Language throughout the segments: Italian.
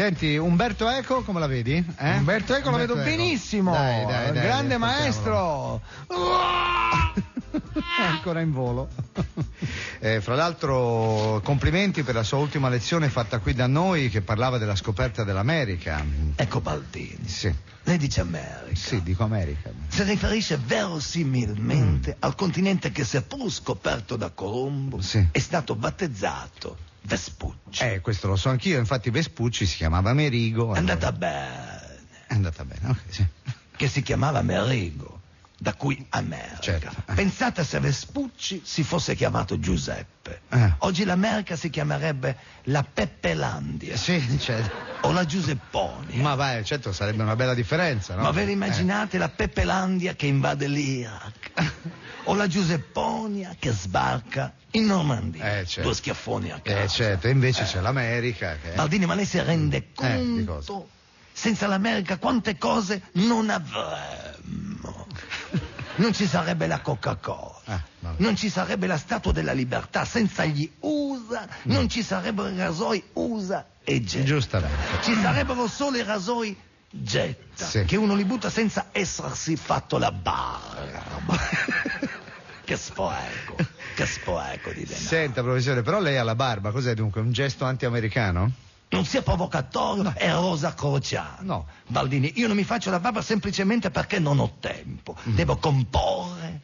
Senti, Umberto Eco come la vedi? Eh? Umberto Eco lo vedo benissimo. Dai, dai, dai, Grande ascoltiamolo. maestro. È ancora in volo. Eh, fra l'altro complimenti per la sua ultima lezione fatta qui da noi che parlava della scoperta dell'America. Ecco Baldini. Sì, Lei dice America. sì, dico America. Si riferisce verosimilmente Mm. al continente che, seppur scoperto da Colombo, Sì. è stato battezzato Vespucci. Eh, questo lo so anch'io, infatti Vespucci si chiamava Merigo. È andata allora- bene. È andata bene, ok, sì. Che si chiamava Merigo, da cui America. Certo. Pensate se Vespucci si fosse chiamato Giuseppe. Eh. Oggi l'America si chiamerebbe la Peppelandia Sì, certo. o la Giusepponia. Ma vai, certo, sarebbe una bella differenza, no? Ma ve Eh. la immaginate la Peppelandia che invade l'Iraq? o la Giusepponia che sbarca in Normandia? Eh, certo. Due schiaffoni a casa. Eh, certo, invece c'è l'America che... Baldini, ma lei si rende Eh, di cosa? conto? Senza l'America quante cose non avremmo. Non ci sarebbe la Coca-Cola, Eh, vabbè. non ci sarebbe la Statua della Libertà senza gli USA, non ci sarebbero i rasoi USA e Getta. Giustamente. Ci sarebbero solo i rasoi Getta, Sì. che uno li butta senza essersi fatto la barba. che spoeco, che spoeco di denaro. Senta, professore, però lei ha la barba, cos'è dunque? Un gesto anti-americano? Non sia provocatorio è Rosa Crociano. No. Baldini, io non mi faccio la barba semplicemente perché non ho tempo. Mm. Devo comporre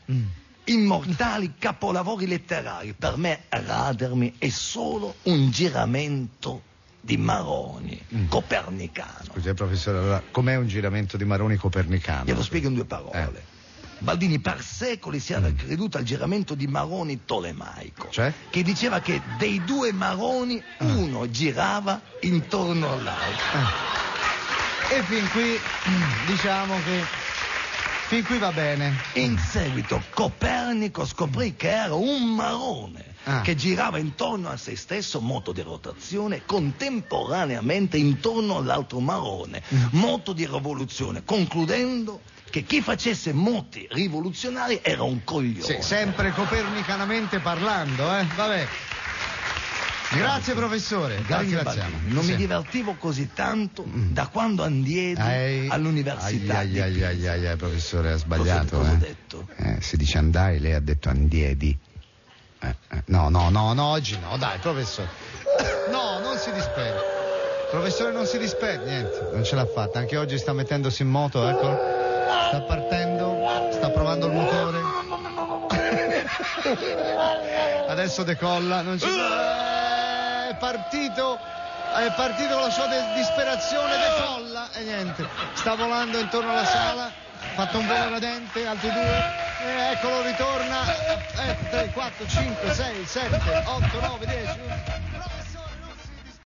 immortali capolavori letterari. Per me radermi è solo un giramento di Maroni, Mm. copernicano. Scusi, eh, professore, allora, com'è un giramento di Maroni copernicano? Glielo spiego eh. in due parole. Baldini per secoli si era creduto al giramento di Maroni Tolemaico, Mm. Cioè? Ah. che diceva che dei due Maroni uno girava intorno all'altro. E fin qui, diciamo che... Fin qui va bene. In seguito Copernico scoprì che era un marrone Ah. che girava intorno a se stesso moto di rotazione contemporaneamente intorno all'altro marrone, Mm. moto di rivoluzione, concludendo che chi facesse moti rivoluzionari era un coglione. Sì, sempre copernicanamente parlando, eh? Vabbè. Grazie, professore. La Grazie, ringraziamo. Baldini. non Sì. Mm. mi divertivo così tanto da quando andiedi Ai- all'università. Ai, di ai, ai, Pisa. ai, ai, ai, professore, ha sbagliato. Cosa- cosa ho eh. detto? Eh, si dice andai, lei ha detto andiedi. Eh, eh, no, no, no, no, oggi no, dai, professore. No, non si disperi. Professore, non si disperi, niente, non ce l'ha fatta. Anche oggi sta mettendosi in moto, ecco. Sta partendo, sta provando il motore. Adesso decolla, non ci... Eh, È partito, è partito con la sua de- disperazione decolla e niente. Sta volando intorno alla sala, ha fatto un volo radente, altri due. Eh, eccolo, Eh, ritorna. 3, 4, 5, 6, 7, 8, 9, 10.